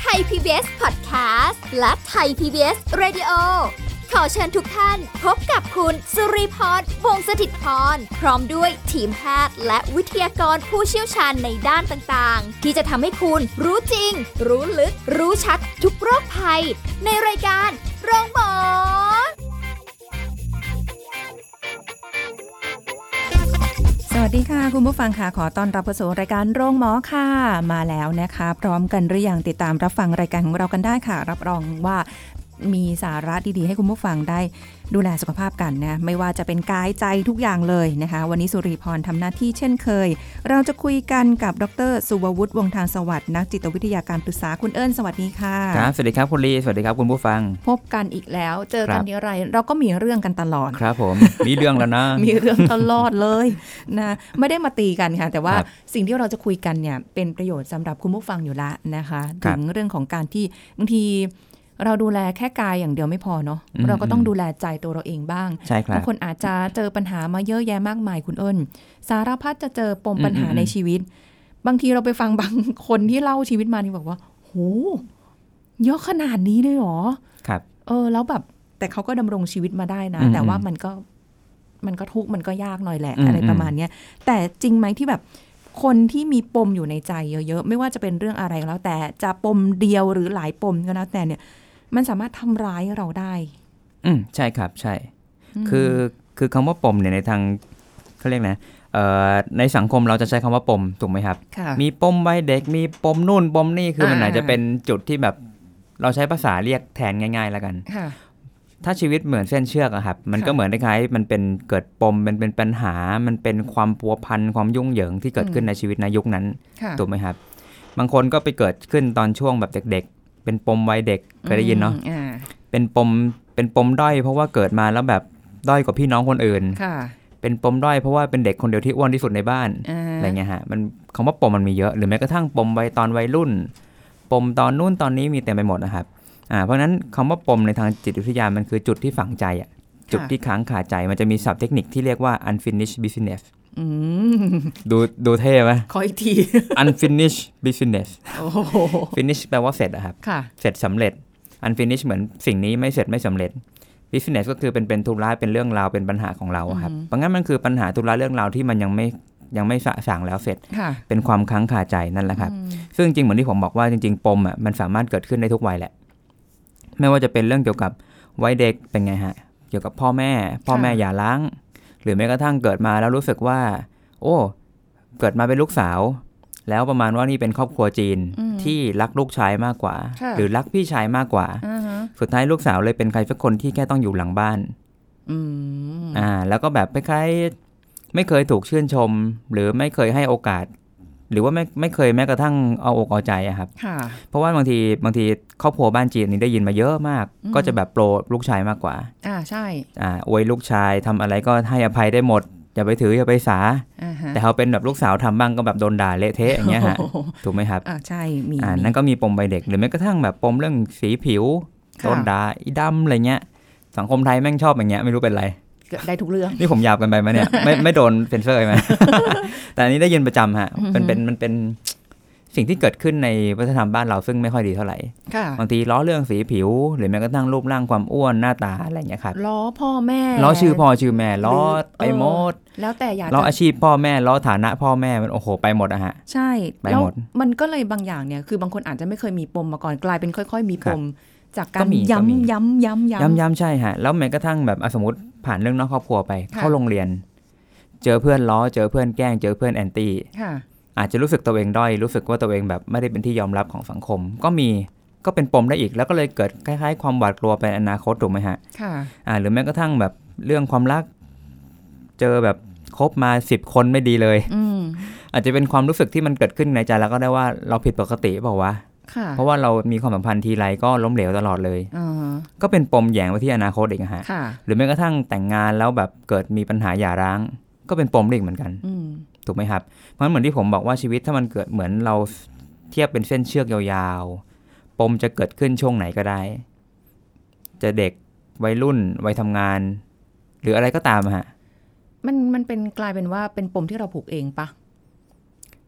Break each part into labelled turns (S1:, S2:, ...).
S1: ไทย PBS Podcast และไทย PBS Radio ขอเชิญทุกท่านพบกับคุณสุริพรวงศสถิตพร พร้อมด้วยทีมแพทย์และวิทยากรผู้เชี่ยวชาญในด้านต่างๆ ที่จะทำให้คุณรู้จริง รู้ลึก รู้ชัดทุกโรคภัย ในรายการโรงพยาบาล
S2: สวัสดีค่ะ คุณผู้ฟังค่ะ ขอต้อนรับเข้าสู่รายการโรงหมอค่ะ มาแล้วนะคะ พร้อมกันหรือยังติดตามรับฟังรายการของเรากันได้ค่ะ รับรองว่ามีสาระดีๆ ให้คุณผู้ฟังได้ดูแลสุขภาพกันนะไม่ว่าจะเป็นกายใจทุกอย่างเลยนะคะ วันนี้สุริพรทำหน้าที่เช่นเคย เราจะคุยกันกับดรสุวัวุฒิวงศ์ทางสวัสดิ์นักจิตวิทยาการปรึกษาคุณเอิญสวัสดีค่ะ
S3: ครับ สวัสดีครับคุณลี สวัสดีครับคุณผู้ฟัง
S2: พบกันอีกแล้วเจอกัน
S3: ครับ
S2: ทีไรเราก็มีเรื่องกันตลอด
S3: ครับผม มีเรื่องแล้วนะ
S2: มีเรื่องตลอดเลย นะไม่ได้มาตีกันค่ะ แต่ว่า
S3: ครับ
S2: สิ่งที่เราจะคุยกันเนี่ยเป็นประโยชน์สำหรับคุณผู้ฟังอยู่ละนะคะ
S3: ครั
S2: ถึ
S3: บ
S2: งเรื่องของการที่บางทีเราดูแลแค่กายอย่างเดียวไม่พอเนาะ
S3: อืม
S2: เราก็ต้องดูแลใจตัวเราเองบ้าง
S3: ใช่ครับ
S2: า
S3: บ
S2: งคนอาจจะเจอปัญหามาเยอะแยะมากมายคุณเอิญสารพัดจะเจอปม
S3: อืม
S2: ปัญหา
S3: อืม
S2: ในชีวิต บางทีเราไปฟังบางคนที่เล่าชีวิตมานี่บอกว่าโหเยอะขนาดนี้เลยเหรอ
S3: ครับ
S2: เออแล้วแบบแต่เขาก็ดำรงชีวิตมาได้นะ
S3: อืม
S2: แต่ว่ามันก็มันก็ทุกข์มันก็ยากหน่อยแหละ
S3: อืม
S2: อะไรประมาณเนี้ยแต่จริงไหมที่แบบคนที่มีปมอยู่ในใจเยอะๆ ไม่ว่าจะเป็นเรื่องอะไรก็แล้ว แต่จะปมเดียวหรือหลายปมก็แล้วแต่เนี่ย มันสามารถทำร้ายเราได้
S3: อืมใช่ครับ ใช่
S2: ม
S3: คือคือคำว่าปมเนี่ยในทางเขาเรียกนะเอ่อในสังคมเราจะใช้คำว่าปมถูกไหมครับ
S2: ค่ะ
S3: มีปมวัยเด็ก มีปมนู่นปมนี่ คือมัน
S2: อ่า
S3: อาจจะเป็นจุดที่แบบเราใช้ภาษาเรียกแทนง่ายๆแล้วกัน
S2: ค่ะ
S3: ถ้าชีวิตเหมือนเส้นเชือกอะครับ มันก็
S2: ค่ะ
S3: เหมือนคล้ายๆมันเป็นเกิดปมมันเป็นปัญหา มันเป็นความปัวพันความยุ่งเหยิงที่เกิดขึ้น
S2: อืม
S3: ในชีวิตในยุคนั้น
S2: ค่ะ
S3: ถูกไหมครับ บางคนก็ไปเกิดขึ้นตอนช่วงแบบเด็กๆ เป็นปมวัยเด็กเคยได้ยินเนาะ
S2: อืมอ่า
S3: เป็นปม เป็นปมด้อยเพราะว่าเกิดมาแล้วแบบด้อยกว่าพี่น้องคนอื่น
S2: ค่ะ
S3: เป็นปมด้อยเพราะว่าเป็นเด็กคนเดียวที่อ้วนที่สุดในบ้าน
S2: า
S3: อะไรเงี้ยฮะ มันคำว่าปมมันมีเยอะ หรือแม้กระทั่งปมวัยตอนวัยรุ่น ปมตอนนู่นตอนนี้มีเต็มไปหมดนะครับ อ่า เพราะฉะนั้นคำว่าปมในทางจิตวิทยามันคือจุดที่ฝังใจอะจุดที่ค้างคาใจ มันจะมีศัพท์เทคนิคที่เรียกว่า unfinished business
S2: อืม
S3: ดูดูเท่ไหม
S2: ขออีกที
S3: unfinished business
S2: โอ้โห
S3: finish แปลว่าเสร็จอะครับ
S2: ค่ะ
S3: เสร็จสำเร็จ unfinish เหมือนสิ่งนี้ไม่เสร็จไม่สำเร็จ business ก็คือเป็นเป็นธุระเป็นเรื่องราวเป็นปัญหาของเราอะครับ
S2: อือหือ
S3: เพราะงั้นมันคือปัญหาธุระเรื่องราวที่มันยังไม่ยังไม่สะสางแล้วเสร็จ
S2: ค่ะ
S3: เป็นความค้างคาใจนั่นแหละครับ
S2: อืม
S3: ซึ่งจริงเหมือนที่ผมบอกว่าจริง ๆ ปมอะมันสามารถเกิดขึ้นได้ทุกวัยแหละ ไม่ว่าจะเป็นเรื่องเกี่ยวกับวัยเด็กเป็นไงฮะ เกี่ยวกับพ่อแม่ พ่อแม่อย่าล้าง หรือแม้กระทั่งเกิดมาแล้วรู้สึกว่า โอ้ เกิดมาเป็นลูกสาว แล้วประมาณว่านี่เป็นครอบครัวจีน
S2: อืม
S3: ที่รักลูกชายมากกว่า
S2: ค่ะ
S3: หรือรักพี่ชายมากกว่า
S2: อ่าฮะ
S3: สุดท้ายลูกสาวเลยเป็นใครสักคนที่แค่ต้องอยู่หลังบ้าน
S2: อืม
S3: อ่า แล้วก็แบบคล้ายๆไม่เคยถูกชื่นชม หรือไม่เคยให้โอกาส หรือว่าไม่ไม่เคยแม้กระทั่งเอาอกเอาใจอะครับ
S2: ค่ะ
S3: เพราะว่าบางทีบางทีครอบครัวบ้านจีนนี่ได้ยินมาเยอะมาก
S2: อืม
S3: ก็จะแบบโปรลูกชายมากกว่า
S2: อ่าใช่
S3: อ่าอวยลูกชายทำอะไรก็ให้อภัยได้หมด อย่าไปถืออย่าไปสา
S2: อ่าฮะ
S3: แต่เขาเป็นแบบลูกสาวทำบ้างก็แบบโดนด่าเละเทะอย่างเงี้ยฮะ
S2: โอ้โห
S3: ถูกไหมครับ
S2: อ่าใช่มี
S3: อ่า
S2: มี
S3: นั่นก็มีปมใบเด็กหรือแม้กระทั่งแบบปมเรื่องสีผิว
S2: ค่ะ
S3: โดนด่าอีดำอะไรเงี้ย สังคมไทยแม่งชอบอย่างเงี้ยไม่รู้เป็นไร
S2: เกือบได้ทุกเรื่อง
S3: นี่ผมหยาบกันไปไหมเนี่ย ไม่ไม่โดนเซนเซอร์ไหม แต่อันนี้ได้ยินประจำฮะมันเป็นมันเป็นสิ่งที่เกิดขึ้นในวัฒนธรรมบ้านเราซึ่งไม่ค่อยดีเท่าไหร่
S2: ค่ะ
S3: บางทีล้อเรื่องสีผิว หรือแม้กระทั่งรูปร่างความอ้วนหน้าตาอะไรอย่างเงี้ยครับ
S2: ล้อพ่อแม่
S3: ล้อชื่อพ่อชื่อแม่ล้อไปหมด
S2: แล้วแต่อยาก
S3: ล้อ
S2: จะ
S3: อาชีพพ่อแม่ล้อฐานะพ่อแม่มันโอ้โหไปหมดอะฮะ
S2: ใช่
S3: ไป
S2: แล้ว
S3: หมด
S2: มันก็เลยบางอย่างเนี่ยคือบางคนอาจจะไม่เคยมีปมมาก่อนกลายเป็นค่อย ๆ มีปม จากกา
S3: ก็
S2: ร
S3: มีก็มี
S2: ย้ำย้ำย้ำย้ำ
S3: ย้ำย้ำๆใช่ฮะแล้วแม้กระทั่งแบบอ่ะสมมติผ่านเรื่องนอกครอบครัวไป
S2: ค่ะ
S3: เข้าโรงเรียน เจอเพื่อนล้อเจอเพื่อนแกล้งเจอเพื่อนแอนตี้
S2: ค่ะ
S3: อาจจะรู้สึกตัวเองด้อย รู้สึกว่าตัวเองแบบไม่ได้เป็นที่ยอมรับของสังคม ก็มีก็เป็นปมได้อีก แล้วก็เลยเกิดคล้ายๆ ความหวาดกลัวเป็นอนาคตถูกไหมฮะ
S2: ค่ะ
S3: อ่าหรือแม้กระทั่งแบบเรื่องความรัก เจอแบบคบมาสิบคนไม่ดีเลย
S2: อืม
S3: อาจจะเป็นความรู้สึกที่มันเกิดขึ้นในใจแล้วก็ได้ว่าเราผิดปกติเปล่าวะ
S2: ค่ะ
S3: เพราะว่าเรามีความสัมพันธ์ทีไรก็ล้มเหลวตลอดเลย
S2: อ่าฮะ
S3: ก็เป็นปมแหยงไปที่อนาคตอีกอะฮะ
S2: ค่ะ
S3: หรือแม้กระทั่งแต่งงานแล้วแบบเกิดมีปัญหาหย่าร้าง ก็เป็นปมได้อีกเหมือนกัน
S2: อืม
S3: ถูกไหมครับ เพราะฉะนั้นเหมือนที่ผมบอกว่าชีวิตถ้ามันเกิดเหมือนเราเทียบเป็นเส้นเชือกยาวๆ ปมจะเกิดขึ้นช่วงไหนก็ได้ จะเด็กวัยรุ่นวัยทำงาน หรืออะไรก็ตามอะฮะ
S2: มันมันเป็นกลายเป็นว่าเป็นปมที่เราผูกเองปะ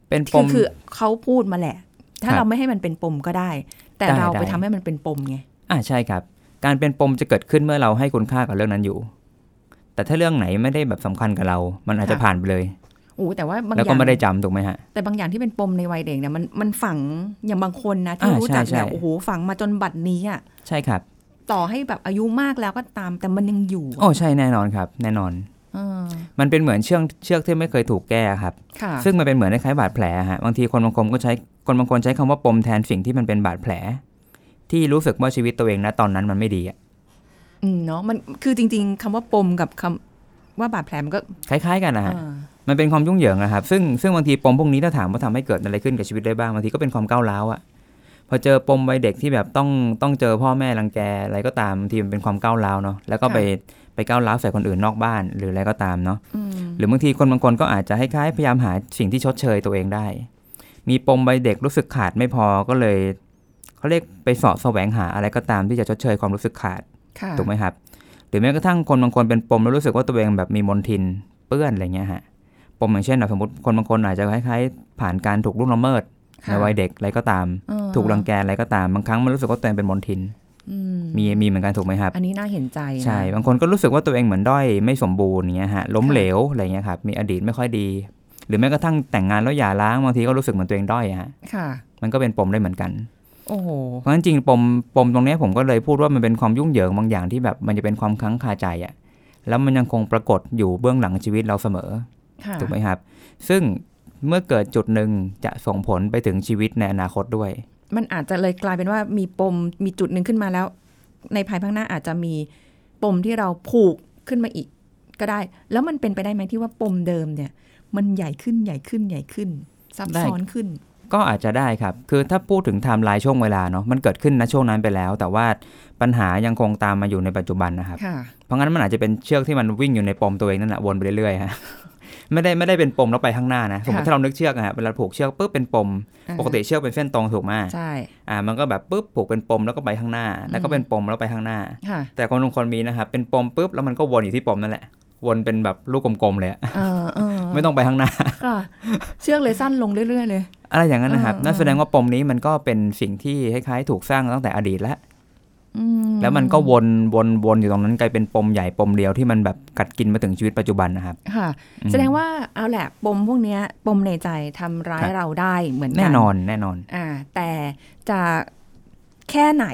S3: เป็นป
S2: คือ
S3: ม
S2: คือเขาพูดมาแหละ ถ้า
S3: ครับ
S2: เราไม่ให้มันเป็นปมก็ได้ แต่
S3: ได้
S2: เราไป
S3: ได้
S2: ทำให้มันเป็นปมไง
S3: อ่าใช่ครับ การเป็นปมจะเกิดขึ้นเมื่อเราให้คุณค่ากับเรื่องนั้นอยู่ แต่ถ้าเรื่องไหนไม่ได้แบบสำคัญกับเรา มันอาจจะ
S2: ค่ะ
S3: ผ่านไปเลย
S2: โอ้แต่ว่าบางอ
S3: แล้วก็
S2: ย่าง
S3: ไม่ได้จำถูกไหมฮะ
S2: แต่บางอย่างที่เป็นปมในวัยเด็กเนี่ยมันมันฝังอย่างบางคนนะที่
S3: อ่า
S2: รู้จัก
S3: ใช่ใช่
S2: เนี่ยโอ้โหฝังมาจนบัดนี้อ่ะ
S3: ใช่ครับ
S2: ต่อให้แบบอายุมากแล้วก็ตาม แต่มันยังอยู่
S3: โอ้ใช่แน่นอนครับ แน่นอน
S2: เออ
S3: มันเป็นเหมือนเชือกเชือกที่ไม่เคยถูกแก้ครับ
S2: ค่ะ
S3: ซึ่งมันเป็นเหมือนคล้ายๆบาดแผลฮะบางทีคนบางคนก็ใช้คนบางคนใช้คำว่าปมแทนสิ่งที่มันเป็นบาดแผล ที่รู้สึกว่าชีวิตตัวเองนะตอนนั้นมันไม่ดีอะ
S2: อืมเนาะมันคือจริง ๆคำว่าปมกับคำว่าบาดแผลมันก็
S3: คล้าย ๆ กันนะฮะ
S2: เออ
S3: มันเป็นความยุ่งเหยิงนะครับ ซึ่งซึ่งบางทีปมพวกนี้ถ้าถามว่าทำให้เกิดอะไรขึ้นกับชีวิตได้บ้างบางทีก็เป็นความก้าวร้าวอะพอเจอปมวัยเด็กที่แบบต้องต้องเจอพ่อแม่รังแกอะไรก็ตามบางทีมันเป็นความก้าวร้าวเนาะแล้วก็ไปไปก้าวร้าวใส่คนอื่นนอกบ้านหรืออะไรก็ตามเนาะ
S2: อืม
S3: หรือบางทีคนบางคนก็อาจจะคล้ายๆพยายามหาสิ่งที่ชดเชยตัวเองได้ มีปมวัยเด็กรู้สึกขาดไม่พอก็เลยเขาเรียกไปเสาะแสวงหาอะไรก็ตามที่จะชดเชยความรู้สึกขาด
S2: ค่ะ
S3: ถูกไหมครับ หรือแม้กระทั่งคนบางคนเป็นปมแล้วรู้สึกว่าตัวเองแบบมีมนทินเปื้อนอะไรเงี้ยฮะ ปมอย่างเช่นแบบสมมติคนบางคนอาจจะคล้ายๆ ผ่านการถูกล่วงละเมิดใน
S2: ค่ะ
S3: วัยเด็กอะไรก็ตาม
S2: เออ
S3: ถูกรังแกอะไรก็ตาม บางครั้งมันรู้สึกว่าตัวเองเป็นมนทิน
S2: อืม
S3: มีมีเหมือนกันถูกไหมครับ
S2: อันนี้น่าเห็นใจนะ
S3: ใช่ บางคนก็รู้สึกว่าตัวเองเหมือนด้อยไม่สมบูรณ์อย่างเงี้ยฮะ ล้มเหลวอะไรเงี้ยครับ มีอดีตไม่ค่อยดี หรือแม้กระทั่งแต่งงานแล้วหย่าร้างบางทีก็รู้สึกเหมือนตัวเองด้อยอะฮะ
S2: ค่ะ
S3: มันก็เป็นปมได้เหมือนกัน
S2: โอ้โห
S3: เพราะฉะนั้นจริงๆปมปมตรงเนี้ยผมก็เลยพูดว่ามันเป็นความยุ่งเหยิงบางอย่างที่แบบมันจะเป็นความค้างคาใจอะแล้วมันยังคงปรากฏอยู่เบื้องหลังชีวิตเราเสมอ
S2: ค่ะ
S3: ถูกไหมครับ ซึ่งเมื่อเกิดจุดหนึ่งจะส่งผลไปถึงชีวิตในอนาคตด้วย
S2: มันอาจจะเลยกลายเป็นว่ามีปม มีจุดหนึ่งขึ้นมาแล้ว ในภายภาคหน้าอาจจะมีปมที่เราผูกขึ้นมาอีก ก็ได้ แล้วมันเป็นไปได้ไหมที่ว่าปมเดิมเนี่ย มันใหญ่ขึ้นใหญ่ขึ้นใหญ่ขึ้น ซับ
S3: ได้
S2: ซ้อนขึ้น
S3: ก็อาจจะได้ครับ คือถ้าพูดถึงไทม์ไลน์ช่วงเวลาเนาะมันเกิดขึ้นณช่วงนั้นไปแล้ว แต่ว่าปัญหายังคงตามมาอยู่ในปัจจุบันนะครับ
S2: ค่ะ
S3: เพราะงั้นมันอาจจะเป็นเชือกที่มันวิ่งอยู่ในปมตัวเองนั่นแหละวนไปเรื่อยๆฮะ ไม่ได้ไม่ได้เป็นปมแล้วไปข้างหน้านะสมมติ
S2: ค่ะ
S3: ถ้าเรานึกเชือกนะฮะเวลาผูกเชือกปุ๊บเป็นปม ปกติเชือกเป็นเส้นตรงถูกไหม
S2: ใช่
S3: อ่า มันก็แบบปุ๊บผูกเป็นปมแล้วก็ไปข้างหน้า แล้วก็เป็นปมแล้วไปข้างหน้า
S2: ค่ะ
S3: แต่คนบางคนมีนะครับ เป็นปมปุ๊บแล้วมันก็วนอยู่ที่ปมนั่นแหละ วนเป็นแบบลูกกลมๆเลยอะ
S2: เออเออ
S3: ไม่ต้องไปข้างหน้า
S2: ค่ะ เชือกเลยสั้นลงเรื่อย ๆ เลย
S3: อะไรอย่างนั้นนะครับ
S2: อ่าอ่า
S3: นั่นแสดงว่าปมนี้มันก็เป็นสิ่งที่คล้ายๆ ถูกสร้างตั้งแต่อดีตแล้ว
S2: อื
S3: แล้วมันก็วนวนวนอยู่ตรงนั้นกลายเป็นปมใหญ่ปมเดียวที่มันแบบกัดกินมาถึงชีวิตปัจจุบันนะครับ
S2: ค่ะ
S3: อืม
S2: แสดงว่าเอาแหละ ปมพวกเนี้ย ปมในใจทำร้ายเราได้เหมือนกั
S3: แน่นอนแน่นอน
S2: อ่าแต่จะแค่ไหน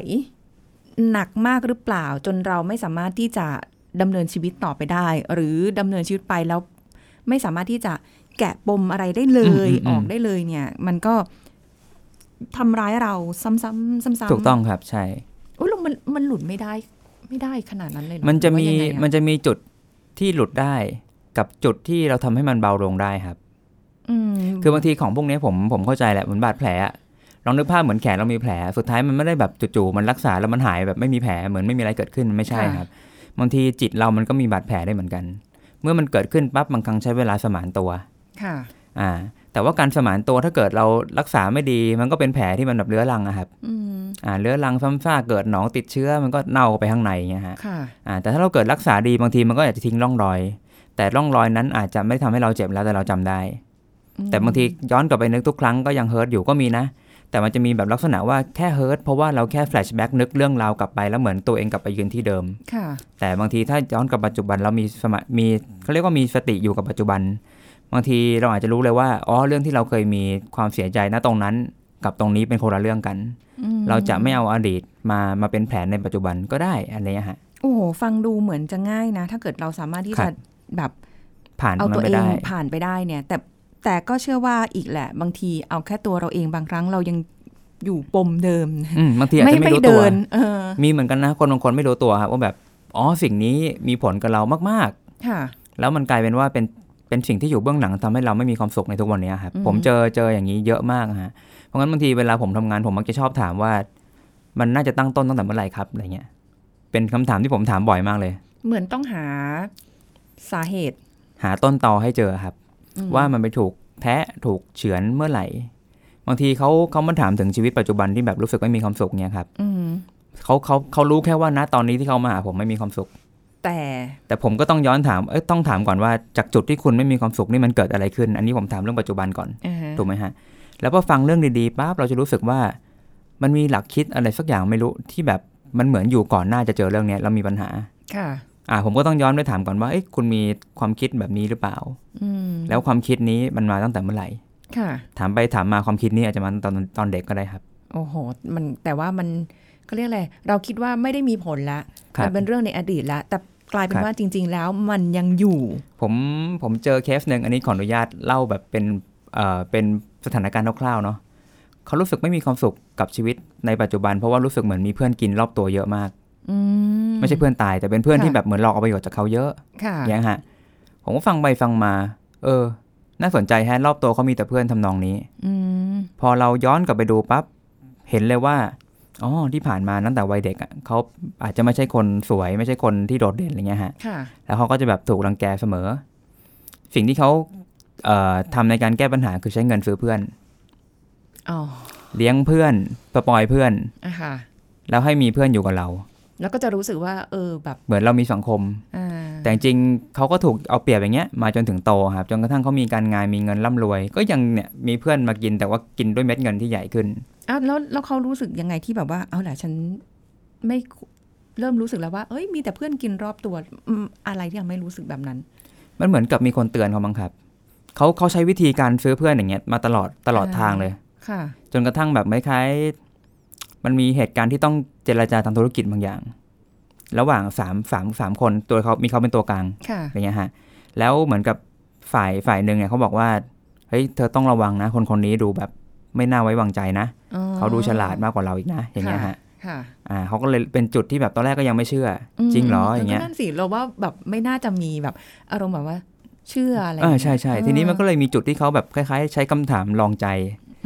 S2: หนักมากหรือเปล่า จนเราไม่สามารถที่จะดำเนินชีวิตต่อไปได้ หรือดำเนินชีวิตไปแล้ว ไม่สามารถที่จะแกะปมอะไรได้เลย
S3: อืมอืมอืม
S2: ออกได้เลยเนี่ย มันก็ทำร้ายเราซ้ำๆซ้ำๆ
S3: ถูกต้องครับใช่
S2: โอ้ยแล้วมันมันหลุดไม่ได้ ไม่ได้ขนาดนั้นเลยเหรอ
S3: มันจะ
S2: หรือ
S3: มี
S2: ว่ายังไงอะ
S3: มันจะมีจุดที่หลุดได้กับจุดที่เราทำให้มันเบาลงได้ครับ
S2: อืม
S3: คือบางทีของพวกเนี้ยผมผมเข้าใจแหละเหมือนบาดแผลอะลองนึกภาพเหมือนแขนเรามีแผล สุดท้ายมันไม่ได้แบบจู่ๆมันรักษาแล้วมันหายแบบไม่มีแผลเหมือนไม่มีอะไรเกิดขึ้นมันไม่ใช่ครับบางทีจิตเรามันก็มีบาดแผลได้เหมือนกัน เมื่อมันเกิดขึ้นปั๊บบางครั้งใช้เวลาสมานตัว
S2: ค่ะ
S3: อ่าแต่ว่าการสมานตัวถ้าเกิดเรารักษาไม่ดี มันก็เป็นแผลที่มันแบบเรื้อรังอะครับ
S2: อืม
S3: อ่าเรื้อรังซ้ำซากเกิดหนองติดเชื้อมันก็เน่าไปข้างในอย่างเงี้ยฮะ
S2: ค่ะ
S3: อ่าแต่ถ้าเราเกิดรักษาดีบางทีมันก็อาจจะทิ้งร่องรอย แต่ร่องรอยนั้นอาจจะไม่ทำให้เราเจ็บแล้วแต่เราจำได้
S2: อืม
S3: แต่บางทีย้อนกลับไปนึกทุกครั้งก็ยังเฮิร์ตอยู่ก็มีนะ แต่มันจะมีแบบลักษณะว่าแค่เฮิร์ตเพราะว่าเราแค่แฟลชแบ็กนึกเรื่องราวกลับไปแล้วเหมือนตัวเองกลับไปยืนที่เดิม
S2: ค่ะ
S3: แต่บางทีถ้าย้อนกลับปัจจุบันเรามีสมามีเขาเรียกว่ามีสติอยู่กับปัจจุบัน บางทีเราอาจจะรู้เลยว่าอ๋อเรื่องที่เราเคยมีความเสียใจนะตรงนั้น กับตรงนี้เป็นคนละเรื่องกัน
S2: อืม
S3: เราจะไม่เอาอดีตมามาเป็นแผนในปัจจุบันก็ได้อะไรเงี้ยฮะ
S2: โอ้โหฟังดูเหมือนจะง่ายนะ ถ้าเกิดเราสามารถที่
S3: ครั
S2: จะ
S3: บ
S2: แบบ
S3: ผ่านต
S2: เอา
S3: รง
S2: ตั
S3: นั้
S2: วน
S3: ไป
S2: เอง
S3: ได้
S2: ผ่านไปได้เนี่ย แต่แต่ก็เชื่อว่าอีกแหละ บางทีเอาแค่ตัวเราเองบางครั้งเรายังอยู่ปมเดิม
S3: อืมบางทีอาจจะไม่รู้ตัว
S2: เดิน เออ
S3: มีเหมือนกันนะ คนบางคนไม่รู้ตัวครับว่าแบบ อ๋อ สิ่งนี้มีผลกับเรามาก
S2: ค่ะ
S3: ๆ แล้วมันกลายเป็นว่าเป็น เป็นสิ่งที่อยู่เบื้องหลังทำให้เราไม่มีความสุขในทุกวันนี้ครับ
S2: อืม
S3: ผมเจอ เจออย่างนี้เยอะมากฮะ เพราะงั้นบางทีเวลาผมทำงานผมมักจะชอบถามว่า มันน่าจะตั้งต้นตั้งแต่เมื่อไหร่ครับ อะไรเงี้ย เป็นคำถามที่ผมถามบ่อยมากเลย
S2: เหมือนต้องหาสาเหตุ
S3: หาต้นตอให้เจอครับ
S2: อืม
S3: ว่ามันไปถูกแทะถูกเฉือนเมื่อไหร่ บางทีเขาเขามาถามถึงชีวิตปัจจุบันที่แบบรู้สึกไม่มีความสุขเนี่ยครับ
S2: อืม
S3: เขาเขาเขารู้แค่ว่าณตอนนี้ที่เขามาหาผมไม่มีความสุข
S2: แ แต่
S3: แต่ผมก็ต้องย้อนถาม เอ้ยต้องถามก่อนว่าจากจุดที่คุณไม่มีความสุขนี่มันเกิดอะไรขึ้น อันนี้ผมถามเรื่องปัจจุบันก่อน
S2: อ่าฮะ
S3: ถูกไหมฮะ แล้วพอฟังเรื่องดีๆปั๊บเราจะรู้สึกว่า มันมีหลักคิดอะไรสักอย่างไม่รู้ที่แบบมันเหมือนอยู่ก่อนหน้าจะเจอเรื่องเนี้ยเรามีปัญหา
S2: ค่ะ
S3: อ่าผมก็ต้องย้อนไปถามก่อนว่าเอ้ยคุณมีความคิดแบบนี้หรือเปล่า
S2: อืม
S3: แล้วความคิดนี้มันมาตั้งแต่เมื่อไหร่
S2: ค่ะ
S3: ถามไปถามมาความคิดนี้อาจจะมาตอนตอนเด็กก็ได้ครับ
S2: โอ้โห มันแต่ว่ามันเขาเรียกอะไร เราคิดว่าไม่ได้มีผลละ
S3: ครับ
S2: มัเป็นเรื่องในอดีตละ แต่กลายเป็น
S3: ครับ
S2: ว่าจริง ๆ แล้วมันยังอยู่
S3: ผมผมเจอเคสหนึ่งอันนี้ขออนุญาตเล่าแบบเป็นเอ่อเป็นสถานการณ์คร่าวๆเนาะเขารู้สึกไม่มีความสุขกับชีวิตในปัจจุบัน เพราะว่ารู้สึกเหมือนมีเพื่อนกินรอบตัวเยอะมาก
S2: อืม
S3: ไม่ใช่เพื่อนตายแต่เป็นเพื่อน
S2: ค่ะ
S3: ที่แบบเหมือนหลอกเอาประโยชน์จากเขาเยอะ
S2: ค่ะ
S3: อย่างเงี้ยฮะผมก็ฟังไปฟังมา เออ น่าสนใจแฮะรอบตัวเขามีแต่เพื่อนทำนองนี้
S2: อืม
S3: พอเราย้อนกลับไปดูปั๊บเห็นเลยว่าอ๋อที่ผ่านมาตั้งแต่วัยเด็กอะเขาอาจจะไม่ใช่คนสวย ไม่ใช่คนที่โดดเด่นอะไรเงี้ยฮะ
S2: ค่ะ
S3: แล้วเขาก็จะแบบถูกรังแกเสมอ สิ่งที่เขาเอ่อทำในการแก้ปัญหาคือใช้เงินซื้อเพื่อน
S2: อ๋อ
S3: เลี้ยงเพื่อนสปอยเพื่อน
S2: อ่ะค่ะ
S3: แล้วให้มีเพื่อนอยู่กับเรา
S2: แล้วก็จะรู้สึกว่า เออ แบบ
S3: เหมือนเรามีสังคม
S2: อ่า
S3: แต่จริงๆเขาก็ถูกเอาเปรียบอย่างเงี้ยมาจนถึงโตครับจนกระทั่งเขามีการงานมีเงินร่ำรวย ก็ยังเนี่ยมีเพื่อนมากินแต่ว่ากินด้วยเม็ดเงินที่ใหญ่ขึ้น
S2: อ้าวแล้วแล้วเขารู้สึกยังไงที่แบบว่า เอาล่ะฉันไม่เริ่มรู้สึกแล้วว่า เอ้ย มีแต่เพื่อนกินรอบตัวอืมอะไรที่ยังไม่รู้สึกแบบนั้น
S3: มันเหมือนกับมีคนเตือนเขาบ้างครับเขาเขาใช้วิธีการซื้อเพื่อนอย่างเงี้ยมาตลอดตลอด
S2: อ่า
S3: ทางเลย
S2: ค่ะ
S3: จนกระทั่งแบบไม่คล้ายๆมันมีเหตุการณ์ที่ต้องเจรจาทางธุรกิจบางอย่าง ระหว่างสามสามสามคนตัวเขามีเขาเป็นตัวกลาง
S2: ค่ะ
S3: อย่างเงี้ยฮะแล้วเหมือนกับฝ่ายฝ่ายหนึ่งเนี่ยเขาบอกว่าเฮ้ยเธอต้องระวังนะ คนคนนี้ดูแบบไม่น่าไว้วางใจนะ
S2: อ๋อ
S3: เขาดูฉลาดมากกว่าเราอีกนะ อย่างเงี้ยฮะ
S2: ค่ะ
S3: อ่าเขาก็เลยเป็นจุดที่แบบตอนแรกก็ยังไม่เชื่ออ
S2: ม
S3: จริงเหรออย่างเงี้ย
S2: ก็นั่นสิเราว่าแบบไม่น่าจะมีแบบ อารมณ์แบบว่าเชื่ออะไร
S3: เออใช่ใช่
S2: เออ
S3: ทีนี้มันก็เลยมีจุดที่เขาแบบคล้ายๆ ใช้คำถามลองใจ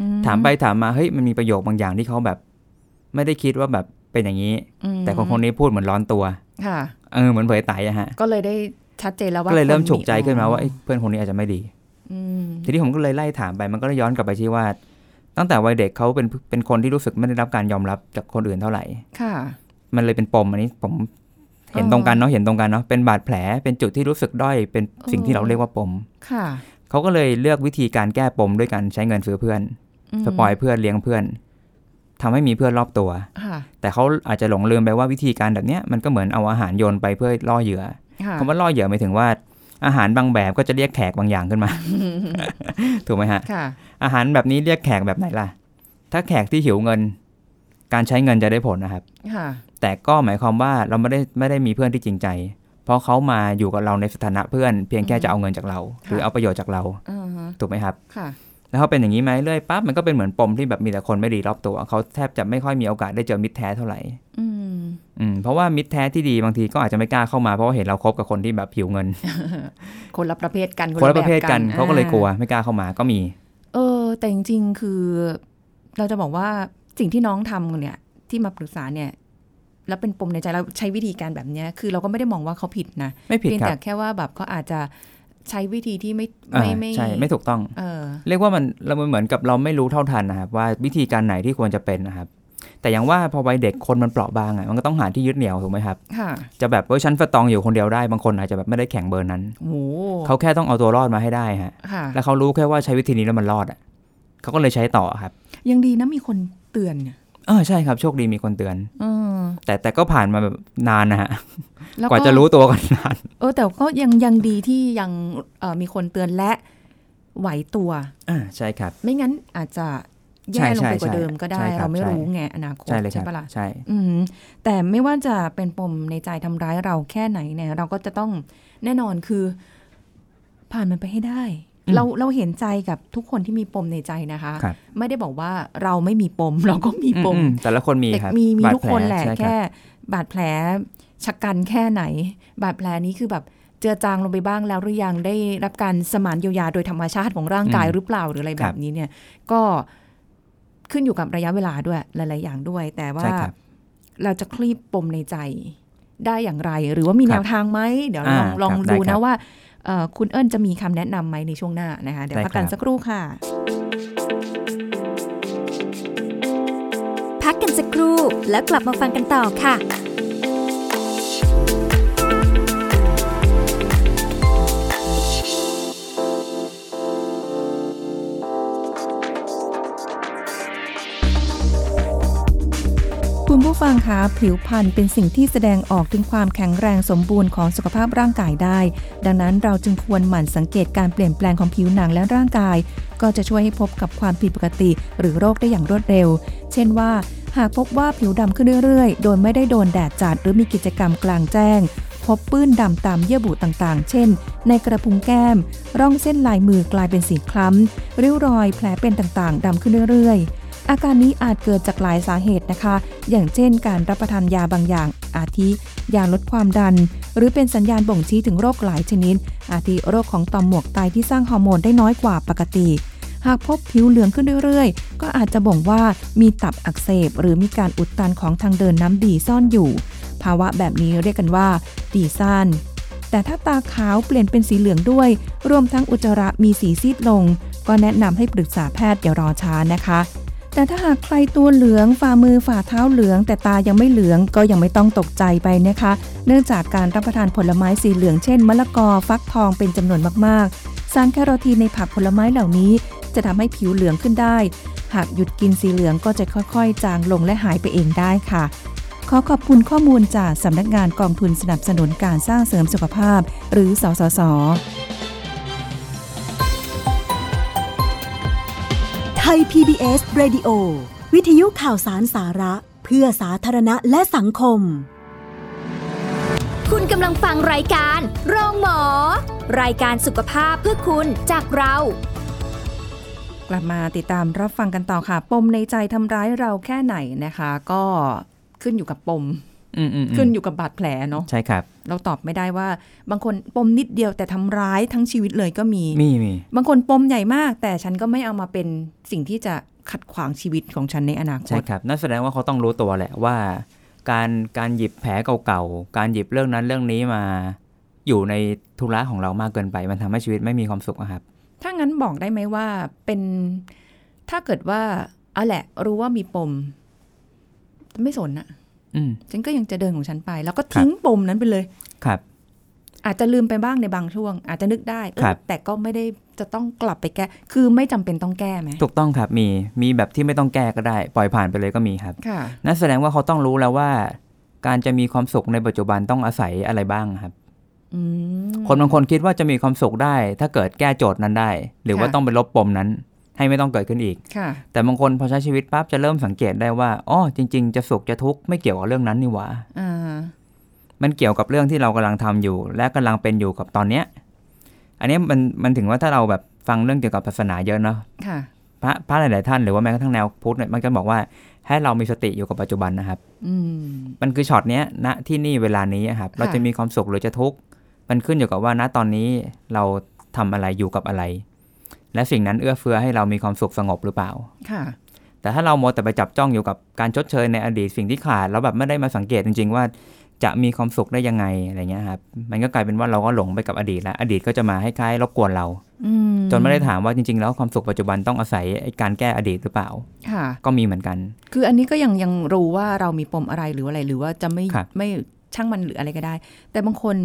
S2: อื
S3: ถามไปถามมาเฮ้ยมันมีประโยคบางอย่างที่เขาแบบ ไม่ได้คิดว่าแบบเป็นอย่างนี้
S2: อืม
S3: แต่คนคนนี้พูดเหมือนร้อนตัว
S2: ค่ะ
S3: เออเหมือนเผยไตอะฮะ
S2: ก็เลยได้ชัดเจนแล้วว่า
S3: ก็เลยเริ่ม
S2: คน
S3: ฉกใจขึ้นมาว่าเอ้ยเพื่อนคนนี้อาจจะไม่ดี
S2: อืม
S3: ทีนี้ผมก็เลยไล่ถามไป มันก็เลยย้อนกลับไปที่ว่า ตั้งแต่วัยเด็กเขาเป็นเป็นคนที่รู้สึกไม่ได้รับการยอมรับจากคนอื่นเท่าไหร่
S2: ค่ะ
S3: มันเลยเป็นปมอันนี้ผมเห็นตรงกันเนาะเห็นตรงกันเนาะเป็นบาดแผลเป็นจุดที่รู้สึกด้อยเป็นสิ่งที่เราเรียกว่าปม
S2: ค่ะ
S3: เขาก็เลยเลือกวิธีการแก้ปมด้วยการใช้เงินซื้อเพื่อน
S2: ม
S3: สปอยเพื่อนเลี้ยงเพื่อนทำให้มีเพื่อนรอบตัว
S2: ค่ะ
S3: แต่เขาอาจจะหลงลืมไปว่าวิธีการแบบเนี้ยมันก็เหมือนเอาอาหารโยนไปเพื่อล่อเหยื่อ
S2: ค่ะ
S3: คำว่าล่อเหยื่อหมายถึงว่าอาหารบางแบบก็จะเรียกแขกบางอย่างขึ้ นมา ถูกไหมฮะ
S2: ค่ะ
S3: อาหารแบบนี้เรียกแขกแบบไหนล่ะ ถ้าแขกที่หิวเงิน การใช้เงินจะได้ผลนะครับ
S2: ค่ะ
S3: แต่ก็หมายความว่าเราไม่ได้ไม่ได้มีเพื่อนที่จริงใจ เพราะเขามาอยู่กับเราในสถานะเพื่อน เพียงแค่
S2: อืม
S3: จะเอาเงินจากเรา หรือ
S2: ค่ะ
S3: เอาประโยชน์จากเรา
S2: อ่าฮะ
S3: ถูกไหมครับ
S2: ค่ะ
S3: แล้วเขาเป็นอย่างนี้ไหมาเรื่อยปั๊บมันก็เป็นเหมือนปมที่แบบมีแต่คนไม่ดีรอบตัวเขาแทบจะไม่ค่อยมีโอกาสได้เจอมิตรแท้เท่าไหร่
S2: อืม
S3: อืมเพราะว่ามิตรแท้ที่ดีบางทีก็อาจจะไม่กล้าเข้ามาเพราะว่าเห็นเราคบกับคนที่แบบหิวเงิน
S2: คนละประเภทกัน
S3: คนละประเภทกัน
S2: แบบ
S3: เขาก็เลยกลัว
S2: อ่า
S3: ไม่กล้าเข้ามาก็มี
S2: เออ แต่จริงๆคือ เราจะบอกว่าสิ่งที่น้องทำเนี่ย ที่มาปรึกษาเนี่ย แล้วเป็นปมในใจเราใช้วิธีการแบบเนี้ย คือเราก็ไม่ได้มองว่าเขาผิดนะ
S3: ไม่ผิด
S2: เพียง
S3: ครั
S2: แต่
S3: บ
S2: แค่ว่าแบบเขาอาจจะใช้วิธีที่ไม่
S3: อ่า
S2: ไม่ไม่
S3: ใช่ไม่ถูกต้อง
S2: เออ
S3: เรียกว่ามันเราเหมือนกับเราไม่รู้เท่าทันนะครับว่าวิธีการไหนที่ควรจะเป็นนะครับ แต่อย่างว่าพอวัยเด็กคนมันเปราะบางอ่ะมันก็ต้องหาที่ยึดเหนี่ยวถูกไหมครับ
S2: ค่ะ
S3: จะแบบว่าฉันสตรองอยู่คนเดียวได้บางคนอาจจะแบบไม่ได้แข็งเบอร์นั้น
S2: โห
S3: เขาแค่ต้องเอาตัวรอดมาให้ได้ฮะ
S2: ค่ะ
S3: แล้วเขารู้แค่ว่าใช้วิธีนี้แล้วมันรอดอ่ะเขาก็เลยใช้ต่อครับ
S2: ยังดีนะมีคนเตือนเนี่ย
S3: เออใช่ครับโชคดีมีคนเตือน
S2: เออ
S3: แต่แต่ก็ผ่านมาแบบนานนะฮะ
S2: แล้ว
S3: กว่าจะรู้ตัวกันนาน
S2: เออแต่ก็ยังยังดีที่ยังเอ่อมีคนเตือนและไหวตัว
S3: อ่าใช่ครับ
S2: ไม่งั้นอาจจะแย่ลง
S3: ใช่
S2: ไปกว่า
S3: ใช่
S2: เดิมก็ได้
S3: ใช่ครับ
S2: เราไม่
S3: ใช่
S2: รู้ไงอนาคต
S3: ใช่เลยครับ
S2: ปะล่ะ
S3: ใช่
S2: อืมแต่ไม่ว่าจะเป็นปมในใจทำร้ายเราแค่ไหนเนี่ย เราก็จะต้องแน่นอนคือ ผ่านมันไปให้ได้
S3: อืม
S2: เราเราเห็นใจกับทุกคนที่มีปมในใจนะคะ
S3: ครับ
S2: ไม่ได้บอกว่าเราไม่มีปม เราก็มีปม
S3: อือืแต่ละคนมี
S2: เด็ก
S3: ครับ
S2: มีมี
S3: บาด
S2: ทุก
S3: ผ
S2: คนแหละ
S3: ใช่รับ
S2: แค่ บาดแผลชะกันแค่ไหน บาดแผลนี้คือแบบเจือจางลงไปบ้างแล้วหรือยังได้รับการสมานเยียวยาโดยธรรมชาติของร่างกาย
S3: อืม
S2: หรือเปล่าหรืออะไร
S3: ค
S2: แบ
S3: รั
S2: บบ นี้เนี่ย ก็ขึ้นอยู่กับระยะเวลาด้วยหลาย ๆ อย่างด้วย แต่ว่า
S3: ใช่ครับ
S2: เราจะคลี่ปมในใจได้อย่างไร หรือว่ามี
S3: ครับ
S2: แนวทางไหมเดี๋ยวลอง
S3: อ่า
S2: ลอง
S3: ครับ
S2: ดู
S3: ได้ครั
S2: นะ
S3: บ
S2: ว่าเอ่อคุณเอิญจะมีคำแนะนำไหมในช่วงหน้านะคะเดี๋ยว
S3: ได้
S2: พักกัน
S3: ครับ
S2: สักครู่ค่ะ
S1: พักกันสักครู่แล้วกลับมาฟังกันต่อค่ะ
S2: ผู้ฟังคะผิวพรรณเป็นสิ่งที่แสดงออกถึงความแข็งแรงสมบูรณ์ของสุขภาพร่างกายได้ ดังนั้นเราจึงควรหมั่นสังเกตการเปลี่ยนแปลงของผิวหนังและร่างกาย ก็จะช่วยให้พบกับความผิดปกติ หรือโรคได้อย่างรวดเร็ว เช่นว่า หากพบว่าผิวดำขึ้นเรื่อยๆ โดยไม่ได้โดนแดดจัดหรือมีกิจกรรมกลางแจ้ง พบปื้นดำตามเยื่อบุต่างๆ เช่น ในกระพุ้งแก้ม ร่องเส้นลายมือกลายเป็นสีคล้ำริ้วรอยแผลเป็นต่างๆดำขึ้นเรื่อยๆ อาการนี้อาจเกิดจากหลายสาเหตุนะคะ อย่างเช่นการรับประทานยาบางอย่าง อาทิ ยาลดความดัน หรือเป็นสัญญาณบ่งชี้ถึงโรคหลายชนิด อาทิโรคของต่อมหมวกไตที่สร้างฮอร์โมนได้น้อยกว่าปกติ หากพบผิวเหลืองขึ้นเรื่อยๆ ก็อาจจะบ่งว่ามีตับอักเสบ หรือมีการอุดตันของทางเดินน้ำดีซ่อนอยู่ ภาวะแบบนี้เรียกกันว่าดีซ่านแต่ถ้าตาขาวเปลี่ยนเป็นสีเหลืองด้วย รวมทั้งอุจจาระมีสีซีดลง ก็แนะนำให้ปรึกษาแพทย์อย่ารอช้านะคะ แต่ถ้าหากใครตัวเหลืองฝ่ามือฝ่าเท้าเหลือง แต่ตายังไม่เหลืองก็ยังไม่ต้องตกใจไปนะคะ เนื่องจากการรับประทานผลไม้สีเหลืองเช่นมะละกอฟักทองเป็นจำนวนมากๆ สารแคโรทีนในผักผลไม้เหล่านี้ จะทำให้ผิวเหลืองขึ้นได้ หากหยุดกินสีเหลืองก็จะค่อยๆ จางลงและหายไปเองได้ค่ะ ขอขอบคุณข้อมูลจากสำนักงานกองทุนสนับสนุนการสร้างเสริมสุขภาพ หรือสสส
S4: ไทย PBS Radio วิทยุข่าวสารสาระ เพื่อสาธารณะและสังคม
S1: คุณกำลังฟังรายการ โรงหมอ รายการสุขภาพเพื่อคุณจากเรา
S2: กลับมาติดตามรับฟังกันต่อค่ะ ปมในใจทำร้ายเราแค่ไหนนะคะ ก็ขึ้นอยู่กับปม
S3: อืมอืมอืม
S2: ขึ้นอยู่กับบาดแผลเนาะ
S3: ใช่ครับ
S2: เราตอบไม่ได้ว่า บางคนปมนิดเดียวแต่ทำร้ายทั้งชีวิตเลยก็มี
S3: มีมี
S2: บางคนปมใหญ่มาก แต่ฉันก็ไม่เอามาเป็นสิ่งที่จะขัดขวางชีวิตของฉันในอนาค
S3: ใช่
S2: ต
S3: ครับ นั่นแสดงว่าเขาต้องรู้ตัวแหละว่า การการหยิบแผลเก่าๆ การหยิบเรื่องนั้นเรื่องนี้มาอยู่ในธุระของเรามากเกินไป มันทำให้ชีวิตไม่มีความสุขอะครับ
S2: ถ้างั้นบอกได้ไหมว่าเป็นถ้าเกิดว่าเอาแหละ รู้ว่ามีปมไม่สนอะ
S3: อืม
S2: ฉันก็ยังจะเดินของฉันไป แล้วก็ทิ้งปมนั้นไปเลย
S3: ครับ
S2: อาจจะลืมไปบ้างในบางช่วง อาจจะนึกได้เออ
S3: ครับ
S2: แต่ก็ไม่ได้จะต้องกลับไปแก้ คือไม่จำเป็นต้องแก้ไหม
S3: ถูกต้องครับมีมีแบบที่ไม่ต้องแก้ก็ได้ ปล่อยผ่านไปเลยก็มีครับ
S2: ค่ะ
S3: นั่นแสดงว่าเขาต้องรู้แล้วว่า การจะมีความสุขในปัจจุบันต้องอาศัยอะไรบ้างครับ
S2: อืม
S3: คนบางคนคิดว่าจะมีความสุขได้ ถ้าเกิดแก้โจทย์นั้นได้ หรือว่า
S2: ค่ะ
S3: ต้องไปลบปมนั้น ให้ไม่ต้องเกิดขึ้นอีก
S2: ค่ะ
S3: แต่บางคนพอใช้ชีวิตปั๊บจะเริ่มสังเกตได้ว่าอ๋อจริง ๆ จะสุขจะทุกข์ไม่เกี่ยวกับเรื่องนั้นนี่หว่า
S2: อ่า
S3: มันเกี่ยวกับเรื่องที่เรากำลังทำอยู่ และกำลังเป็นอยู่กับตอนเนี้ย อันเนี้ยมันมันถึงว่าถ้าเราแบบฟังเรื่องเกี่ยวกับศาสนาเยอะเนาะ
S2: ค่ะ
S3: พระพระหลาย ๆ ท่านหรือว่าแม้กระทั่งแนวพุทธเนี่ยมันก็บอกว่าให้เรามีสติอยู่กับปัจจุบันนะครับ
S2: อืม
S3: มันคือช็อตเนี้ยณที่นี่เวลานี้อะครับ เรา
S2: ค่ะ
S3: จะมีความสุขหรือจะทุกข์มันขึ้นอยู่กับว่าณตอนนี้เราทำอะไรอยู่กับอะไร และสิ่งนั้นเอื้อเฟื้อให้เรามีความสุขสงบหรือเปล่า
S2: ค่ะ
S3: แต่ถ้าเรามัวแต่ไปจับจ้องอยู่กับการชดเชยในอดีตสิ่งที่ขาดแล้วแบบไม่ได้มาสังเกตจริง ๆ ว่าจะมีความสุขได้ยังไงอะไรเงี้ยครับมันก็กลายเป็นว่าเราก็หลงไปกับอดีตแล้วอดีตก็จะมาให้คล้ายๆรบกวนเรา
S2: อืม
S3: จนไม่ได้ถามว่าจริง ๆ แล้วความสุขปัจจุบันต้องอาศัยไอ้การแก้อดีตหรือเปล่า
S2: ค่ะ
S3: ก็มีเหมือนกัน
S2: คืออันนี้ก็ยังยังรู้ว่าเรามีปมอะไรหรืออะไรหรือว่าจะไม่
S3: ครับ
S2: ไม่ช่างมันหรืออะไรก็ได้ แต่บางคน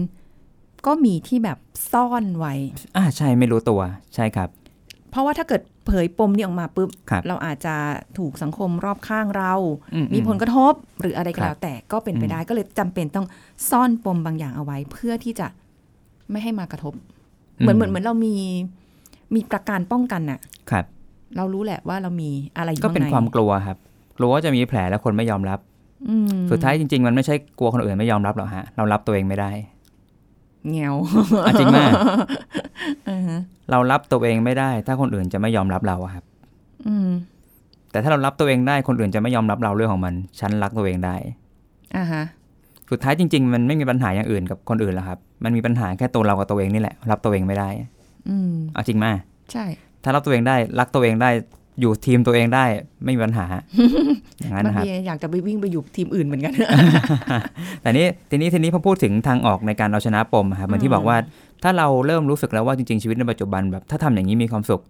S2: ก็มีที่แบบซ่อนไว้
S3: อ่าใช่ไม่รู้ตัวใช่ครับ
S2: เพราะว่าถ้าเกิดเผยปมนี้ออกมาปุ๊บ
S3: ครับ
S2: เราอาจจะถูกสังคมรอบข้างเรา
S3: อื
S2: มี
S3: อื
S2: ผลกระทบหรืออะไรก็
S3: ครับ
S2: แล้วแต่ก็เป็นไป
S3: อืม
S2: ได้ก็เลยจำเป็นต้องซ่อนปมบางอย่างเอาไว้ เพื่อที่จะไม่ให้มากระทบ เหมือนเหมือนเหมือนเรามีมีประการป้องกันน่ะ
S3: ครับ
S2: เรารู้แหละว่าเรามีอะไรอยู่
S3: ก็
S2: ข้างใน
S3: เป็นความกลัวครับกลัวว่าจะมีแผลแล้วคนไม่ยอมรับ
S2: อืม
S3: สุดท้ายจริง ๆ มันไม่ใช่กลัวคนอื่นไม่ยอมรับหรอกฮะ เรารับตัวเองไม่ ได้
S2: เงียว
S3: อ่ะจริงมาก
S2: อือฮะ
S3: เรารับตัวเองไม่ได้ ถ้าคนอื่นจะไม่ยอมรับเราอะครับ
S2: อืม
S3: แต่ถ้าเรารับตัวเองได้คนอื่นจะไม่ยอมรับเราเรื่องของมัน ฉันรักตัวเองได้
S2: อ่าฮะ
S3: สุดท้ายจริง ๆ มันไม่มีปัญหาอย่างอื่นกับคนอื่นหรอกครับ มันมีปัญหาแค่ตัวเรากับตัวเองนี่แหละ รับตัวเองไม่ได้
S2: อืม
S3: เอาจริงมาก
S2: ใช่
S3: ถ้ารับตัวเองได้รักตัวเองได้อยู่ทีมตัวเองได้ไม่มีปัญหา อย่างนั้น
S2: บาง
S3: นะครับ
S2: ทีอยากจะไปวิ่งไปอยู่ทีมอื่นเหมือน กัน
S3: แต่นี่ทีนี้ทีนี้พอพูดถึงทางออกในการเอาชนะปมอะครับเหมันที่บอกว่าถ้าเราเริ่มรู้สึกแล้วว่าจริงๆชีวิตในปัจจุบันแบบถ้าทำอย่างนี้มีความสุข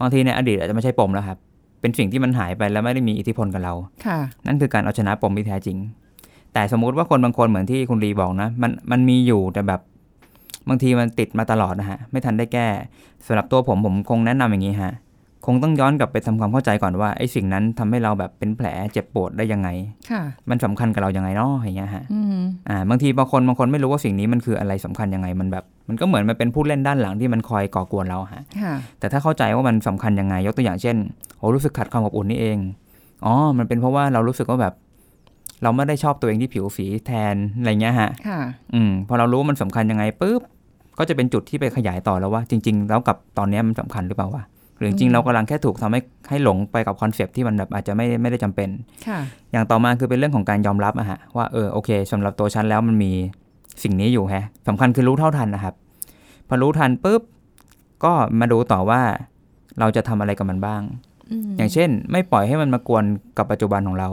S3: บางทีในอดีตอาจจะไม่ใช่ปมแล้วครับ เป็นสิ่งที่มันหายไปแล้วไม่ได้มีอิทธิพลกับเรา
S2: ค่ะ
S3: นั่นคือการเอาชนะปมที่แท้จริง แต่สมมุติว่าคนบางคนเหมือนที่คุณลีบอกนะ มันมันมีอยู่แต่แบบบางทีมันติดมาตลอดนะฮะไม่ทันได้แก้สำหรับตัวผมผมคงแนะนำอย่างนี้ฮะ คงต้องย้อนกลับไปทำความเข้าใจก่อนว่าไอ้สิ่งนั้นทำให้เราแบบเป็นแผลเจ็บปวดได้ยังไง
S2: ค่ะ
S3: มันสำคัญกับเรายังไงเนาะอย่างเงี้ยฮะ
S2: อืม
S3: อ่าบางทีบางคนบางคนไม่รู้ว่าสิ่งนี้มันคืออะไรสำคัญยังไงมันแบบ มันก็เหมือนมันเป็นผู้เล่นด้านหลังที่มันคอยก่อกวนเราฮะ
S2: ค่ะ
S3: แต่ถ้าเข้าใจว่ามันสำคัญยังไง ยกตัวอย่างเช่นโอ้รู้สึกขาดความอบอุ่นนี่เองอ๋อมันเป็นเพราะว่าเรารู้สึกว่าแบบ เราไม่ได้ชอบตัวเองที่ผิวสีแทนอะไรเงี้ยฮะ
S2: ค่ะ
S3: อืมพอเรารู้ว่ามันสำคัญยังไงปุ๊บก็จะเป็นจุดที่ไปขยายต่อแล้วว่า จริง ๆ แล้วกับตอนเนี้ยมันสำคัญหรือเปล่าวะหรือจริงๆเรากำลังแค่ถูกทำให้ให้หลงไปกับคอนเซปต์ที่มันแบบอาจจะไม่ไม่ได้จำเป็น
S2: ค่ะ
S3: อย่างต่อมาคือเป็นเรื่องของการยอมรับอะฮะว่าเออโอเคสำหรับตัวฉันแล้วมันมีสิ่งนี้อยู่แฮะสำคัญคือรู้เท่าทันนะครับ พอรู้ทันปุ๊บก็มาดูต่อว่าเราจะทำอะไรกับมันบ้าง
S2: อืม
S3: อย่างเช่น ไม่ปล่อยให้มันมากวนกับปัจจุบันของเรา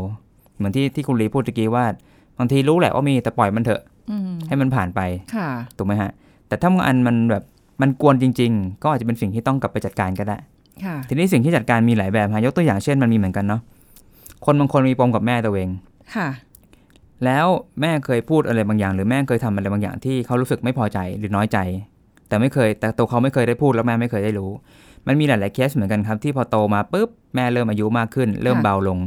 S3: เหมือนที่ที่คุณลีพูดตะกี้ว่าบางทีรู้แหละว่ามีแต่ปล่อยมันเถอะ
S2: อืม
S3: ให้มันผ่านไป
S2: ค่ะ
S3: ถูกไหมฮะแต่ถ้าบางอันมันแบบมันกวนจริง ๆ ก็อาจจะเป็นสิ่งที่ต้องกลับไปจัดการก็ได้
S2: ค่ะ
S3: ทีนี้สิ่งที่จัดการมีหลายแบบฮะยกตัวอย่างเช่นมันมีเหมือนกันเนาะคนบางคนมีปมกับแม่ตัวเอง
S2: ค่ะ
S3: แล้วแม่เคยพูดอะไรบางอย่าง หรือแม่เคยทำอะไรบางอย่างที่เขารู้สึกไม่พอใจหรือน้อยใจ แต่ไม่เคยแต่ตัวเขาไม่เคยได้พูดแล้วแม่ไม่เคยได้รู้ มันมีหลาย ๆเคสเหมือนกันครับที่พอโตมาปุ๊บแม่เริ่มอายุมากขึ้น เริ่ม
S2: ค่ะ
S3: เบาลง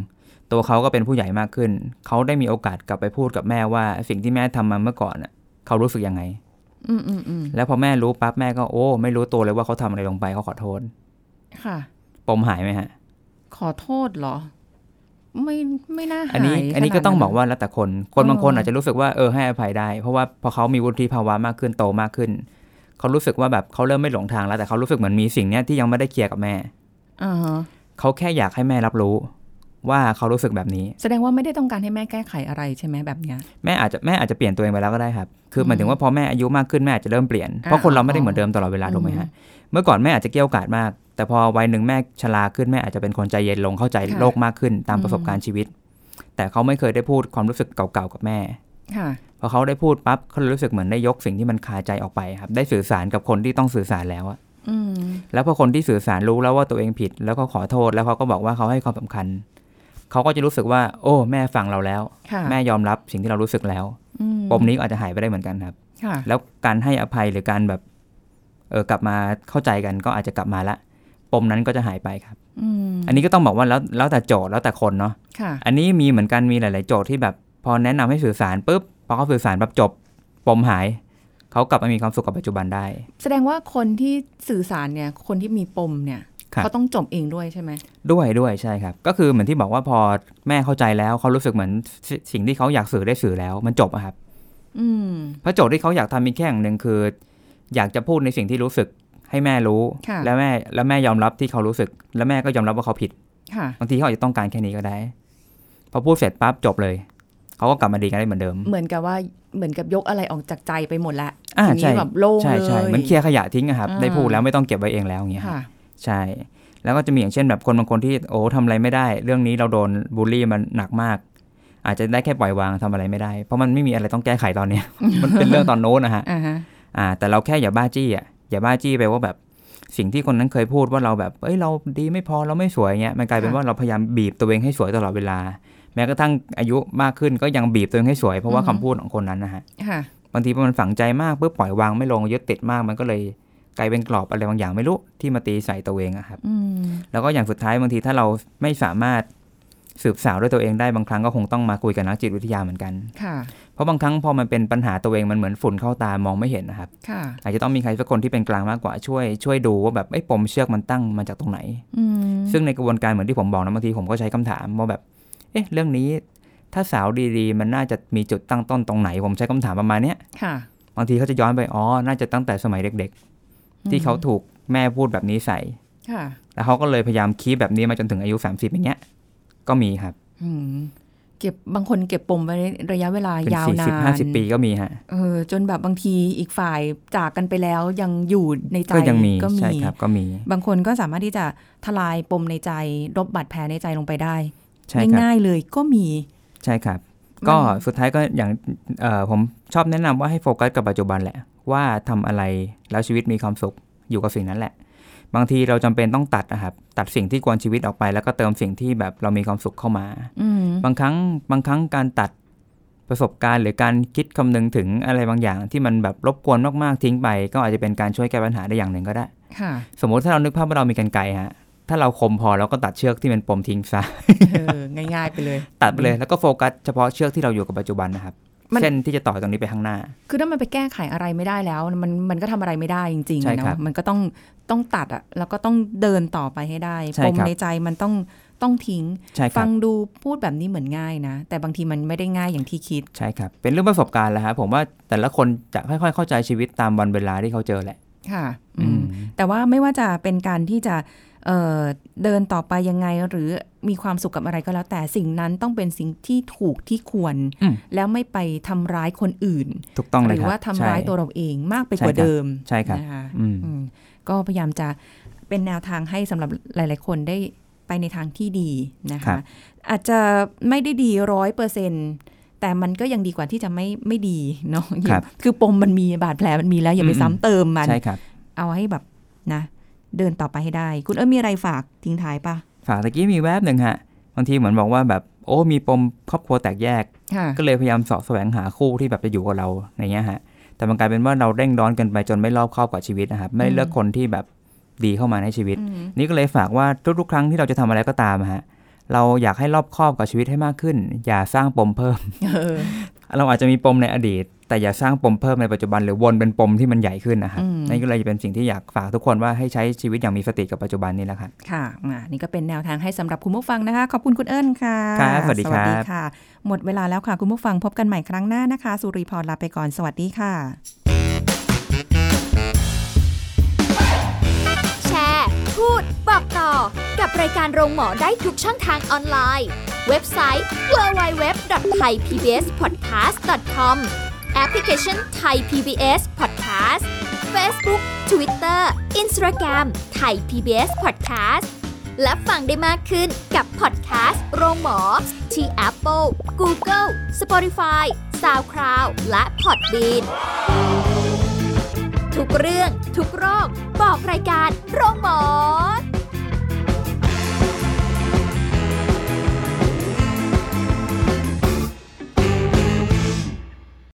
S3: ตัวเขาก็เป็นผู้ใหญ่มากขึ้น เขาได้มีโอกาสกลับไปพูดกับแม่ว่า สิ่งที่แม่ทำมาเมื่อก่อนน่ะเขารู้สึกยังไง
S2: อืมอืมอืม
S3: แล้วพอแม่รู้ปั๊บแม่ก็โอ้ไม่รู้ตัวเลยว่าเขาทำอะไรลงไปเขาขอโทษ
S2: ค่ะ
S3: ปมหายไหมฮะ
S2: ขอโทษเหรอ ไม่ไม่น่าหาย
S3: อันนี้อันนี้
S2: ขาด
S3: ก็ต้องบอกว่าแล้วแต่คน คนบางคน
S2: เอออ
S3: อาจจะรู้สึกว่าเออให้อภัยได้ เพราะว่าพอเขามีวุฒิภาวะมากขึ้นโตมากขึ้น เขารู้สึกว่าแบบเขาเริ่มไม่หลงทางแล้วแต่เขารู้สึกเหมือนมีสิ่งเนี้ยที่ยังไม่ได้เคลียร์กับแม่
S2: อ่าฮะ
S3: เขาแค่อยากให้แม่รับรู้ ว่าเขารู้สึกแบบนี้
S2: แสดงว่าไม่ได้ต้องการให้แม่แก้ไขอะไรใช่ไหมแบบเนี้ย
S3: แม่อาจจะแม่อาจจะเปลี่ยนตัวเองไปแล้วก็ได้ครับ คือหมายถึงว่าพอแม่อายุมากขึ้นแม่อาจจะเริ่มเปลี่ยน
S2: อ่า
S3: เพราะคนเราไม่ได้เหมือนเดิมตลอดเวลาถูกไหมฮะ เมื่อก่อนแม่อาจจะเกี้ยวกราดมาก แต่พอวัยหนึ่งแม่ชราขึ้นแม่อาจจะเป็นคนใจเย็นลงเข้าใจ
S2: ค่ะ
S3: โลกมากขึ้นตาม
S2: อืม
S3: ประสบการณ์ชีวิต แต่เขาไม่เคยได้พูดความรู้สึกเก่าๆกับแม่
S2: ค่ะ
S3: พอเขาได้พูดปั๊บเขารู้สึกเหมือนได้ยกสิ่งที่มันคาใจออกไปครับ ได้สื่อสารกับคนที่ต้องสื่อสารแล้วอะ
S2: อืม
S3: แล้วพอคนที่สื่อสารรู้แล้วว่าตัวเองผิด แล้วก็ขอโทษแล้วเขาก็บอกว่าเขาให้ความสำคัญ เขาก็จะรู้สึกว่า โอ้ แม่ฟังเราแล้ว
S2: ค่ะ
S3: แม่ยอมรับสิ่งที่เรารู้สึกแล้ว
S2: อื
S3: ปมนี้ก็อาจจะหายไปได้เหมือนกันครับ
S2: ค่ะ
S3: แล้วการให้อภัยหรือการแบบเออกลับมาเข้าใจกันก็อาจจะกลับมาละปมนั้นก็จะหายไปครับ
S2: อืม
S3: อันนี้ก็ต้องบอกว่าแล้วแล้วแต่โจทย์แล้วแต่คนเนาะ
S2: ค่ะ
S3: อันนี้มีเหมือนกันมีหลาย ๆ โจทย์ที่แบบ พอแนะนำให้สื่อสารปุ๊บพอเขาสื่อสารแบบจบปมหาย เขากลับมามีความสุขกับปัจจุบันได้
S2: แสดงว่าคนที่สื่อสารเนี่ย คนที่มีปมเนี่ย
S3: ครับ
S2: เขาต้องจบเองด้วยใช่ไหม
S3: ด้วยด้วยใช่ครับ ก็คือเหมือนที่บอกว่าพอแม่เข้าใจแล้วเขารู้สึกเหมือนสิสิ่งที่เขาอยากสื่อได้สื่อแล้วมันจบอะครับ
S2: อืม
S3: เพราะโจทย์ที่เขาอยากทำมีแค่อย่างหนึ่งคือ อยากจะพูดในสิ่งที่รู้สึกให้แม่รู้
S2: ค่ะ
S3: แล้วแม่แล้วแม่ยอมรับที่เขารู้สึก แล้วแม่ก็ยอมรับว่าเขาผิด
S2: ค่ะ
S3: บางทีเขาอาจจะต้องการแค่นี้ก็ได้ พอพูดเสร็จปั๊บจบเลยเขาก็กลับมาดีกันได้เหมือนเดิม
S2: เหมือนกับว่า เหมือนกับยกอะไรออกจากใจไปหมดละ
S3: อ่า
S2: ทีนี้
S3: ใช่
S2: แบบโล่ง
S3: ใช่
S2: เลย
S3: ใช่เหมือนเคลียร์ขยะทิ้งอะครับ
S2: อ่า
S3: ได้พูดแล้วไม่ต้องเก็บไว้เองแล้วอย่างเงี้ย
S2: ค่ะ
S3: ใช่ แล้วก็จะมีอย่างเช่นแบบคนบางคนที่โอ้ทำอะไรไม่ได้ เรื่องนี้เราโดนบูลลี่มันหนักมาก อาจจะได้แค่ปล่อยวางทำอะไรไม่ได้ เพราะมันไม่มีอะไรต้องแก้ไขตอนเนี้ย มันเป็นเรื่องตอนโน้นนะฮะ
S2: อ่าฮะ
S3: อ่า แต่เราแค่อย่าบ้าจี้อ่ะอย่าบ้าจี้ไปว่าแบบสิ่งที่คนนั้นเคยพูดว่าเราแบบเอ้ยเราดีไม่พอเราไม่สวยเงี้ยมันกลายเป็น
S2: ค่ะ
S3: ว่าเราพยายามบีบตัวเองให้สวยตลอดเวลา แม้กระทั่งอายุมากขึ้นก็ยังบีบตัวเองให้สวยเพราะว่า
S2: อือฮึ
S3: คำพูดของคนนั้นนะฮะ
S2: ค่ะ
S3: บางทีพอมันฝังใจมากเพื่อปล่อยวางไม่ลงยึดติดมากมันก็เลยกลายเป็นกรอบอะไรบางอย่างไม่รู้ที่มาตีใส่ตัวเองอะครับ
S2: อืม
S3: แล้วก็อย่างสุดท้ายบางทีถ้าเราไม่สามารถสืบสาวด้วยตัวเองได้บางครั้งก็คงต้องมาคุยกับนักจิตวิทยาเหมือนกัน
S2: ค่ะ
S3: เพราะบางครั้งพอมันเป็นปัญหาตัวเองมันเหมือนฝุ่นเข้าตามองไม่เห็นนะครับ
S2: ค่ะ
S3: อาจจะต้องมีใครสักคนที่เป็นกลางมากกว่าช่วยช่วยดูว่าแบบไอ้ปมเชือกมันตั้งมาจากตรงไหน
S2: อืม
S3: ซึ่งในกระบวนการเหมือนที่ผมบอกนะบางทีผมก็ใช้คำถามว่าแบบเอ๊ะเรื่องนี้ ถ้าสาวดีๆ มันน่าจะมีจุดตั้งต้นตรงไหน ผมใช้คำถามประมาณเนี้ย
S2: ค่ะ
S3: บางทีเขาจะย้อนไป อ๋อ น่าจะตั้งแต่สมัยเด็กๆ ที่เขาถูกแม่พูดแบบนี้ใส่
S2: ค่ะ
S3: แล้วเขาก็เลยพยายามคีบแบบนี้มาจนถึงอายุ 30 อย่างเงี้ย ก็มีครับ
S2: อืม เก็บบางคนเก็บปมไว้ระยะเวลา
S3: เป็น
S2: ยาว
S3: สี่
S2: นา
S3: สิบห้าสิบ
S2: น
S3: ปีก็มีฮะ
S2: เออจนแบบบางทีอีกฝ่ายจากกันไปแล้วยังอยู่ในใจ
S3: ก็ยังมี
S2: ก็มี
S3: ใช่ครับ ก็มี
S2: บางคนก็สามารถที่จะทลายปมในใจลบบาดแผลในใจลงไปได้
S3: ใช่ครับ
S2: ง่ายๆเลยก็มี
S3: ใช่ครับ
S2: มัน
S3: ก็สุดท้ายก็อย่างเอ่อผมชอบแนะนำว่าให้โฟกัสกับปัจจุบันแหละ ว่าทำอะไรแล้วชีวิตมีความสุขอยู่กับสิ่งนั้นแหละ บางทีเราจำเป็นต้องตัดนะครับ ตัดสิ่งที่กวนชีวิตออกไป แล้วก็เติมสิ่งที่แบบเรามีความสุขเข้ามา
S2: อืม
S3: บางครั้งบางครั้งการตัดประสบการณ์หรือการคิดคำนึงถึงอะไรบางอย่างที่มันแบบรบกวนมากๆทิ้งไป ก็อาจจะเป็นการช่วยแก้ปัญหาได้อย่างหนึ่งก็ได้
S2: ค่ะ
S3: สมมติถ้าเรานึกภาพว่าเรามีกันไกรฮะ ถ้าเราคมพอเราก็ตัดเชือกที่เป็นปมทิ้งซะ
S2: เออง่ายๆไปเลย
S3: ตัดไปเลยแล้วก็โฟกัสเฉพาะเชือกที่เราอยู่กับปัจจุบันนะครับ
S2: มัน
S3: เช่นที่จะต่อจากนี้ไปข้างหน้า
S2: คือถ้ามันไปแก้ไขอะไรไม่ได้แล้ว มันมันก็ทำอะไรไม่ได้จริงๆ
S3: ใช่
S2: อะ
S3: ครับ
S2: เนาะมันก็ต้องต้องตัดอะแล้วก็ต้องเดินต่อไปให้ได้
S3: ใช่
S2: ปม
S3: ครับ
S2: ในใจมันต้องต้องทิ้ง
S3: ใช่ค
S2: ฟั
S3: รับ
S2: งดูพูดแบบนี้เหมือนง่ายนะ แต่บางทีมันไม่ได้ง่ายอย่างที่คิด
S3: ใช่ครับ เป็นเรื่องประสบการณ์แหละครับผมว่าแต่ละคนจะค่อยๆ เข้าใจชีวิตตามวันเวลาที่เขาเจอแหละ
S2: ค่ะ อืม แต่ว่าไม่ว่าจะเป็นการที่จะเอ่อเดินต่อไปยังไงหรือมีความสุขกับอะไรก็แล้ว แต่สิ่งนั้นต้องเป็นสิ่งที่ถูกที่ควร
S3: อืม
S2: แล้วไม่ไปทำร้ายคนอื่น
S3: ถูกต้อง
S2: ห
S3: เลย
S2: รื
S3: ครับ
S2: ว่าทำร้าย
S3: ใช่
S2: ตัวเราเองมากไป
S3: ใช่
S2: กว่า
S3: ครับ
S2: เดิม
S3: ใช่ครับ
S2: นะคะ
S3: อืม
S2: อืมก็พยายามจะเป็นแนวทางให้สำหรับหลาย ๆ คนได้ไปในทางที่ดีนะคะ อาจจะไม่ได้ดีร้อยเปอร์เซ็นแต่มันก็ยังดีกว่าที่จะไม่ไม่ดีเนาะอย่า
S3: ครับ
S2: คือปมมันมีบาดแผลมันมีแล้วอย่าไป
S3: อืม
S2: ซ้ำเติมมัน
S3: ใช่ครับ
S2: เอาให้แบบนะ เดินต่อไปให้ได้ คุณเอ้ยมีอะไรฝากทิ้งท้ายปะ
S3: ฝากตะกี้มีแวบหนึ่งฮะบางทีเหมือนบอกว่าแบบโอ้มีปมครอบครัวแตกแยก
S2: ค่ะ
S3: ก็เลยพยายามเสาะแสวงหาคู่ที่แบบจะอยู่กับเราในเงี้ยฮะ แต่มันกลายเป็นว่าเราเร่งร้อนเกันไปจนไม่รอบคอบกับชีวิตนะครับไม่ได้เลือกคนที่แบบดีเข้ามาในชีวิต นี่ก็เลยฝากว่าทุกๆครั้งที่เราจะทำอะไรก็ตามอะฮะเราอยากให้รอบคอบกับชีวิตให้มากขึ้น อย่าสร้างปมเพิ่ม
S2: เออ
S3: เราอาจจะมีปมในอดีต แต่อย่าสร้างปมเพิ่มในปัจจุบันหรือวนเป็นปมที่มันใหญ่ขึ้นนะครับนั่นก็เลยจะเป็นสิ่งที่อยากฝากทุกคนว่าให้ใช้ชีวิตอย่างมีสติกับปัจจุบันนี่แหละครับ
S2: ค่ะอ่ะ นี่ก็เป็นแนวทางให้สำหรับคุณผู้ฟังนะคะ ขอบคุณคุณเอิญค่ะ
S3: ครับสวัสดีครับ
S2: ค่ะ หมดเวลาแล้วค่ะ คุณผู้ฟังพบกันใหม่ครั้งหน้านะคะ สุริพรลาไปก่อนสวัสดีค่ะ
S1: แชร์ พูด บอกต่อ กับรายการโรงหมอได้ทุกช่องทางออนไลน์ เว็บไซต์ www.thaipbspodcast.com แอปพลิเคชัน Thai PBS Podcast Facebook Twitter Instagram Thai PBS Podcast และฟังได้มากขึ้นกับพอดแคสต์โรงหมอ ที่ Apple, Google, Spotify, SoundCloud และ Podbean ทุกเรื่องทุกโรค บอกรายการโรงหมอ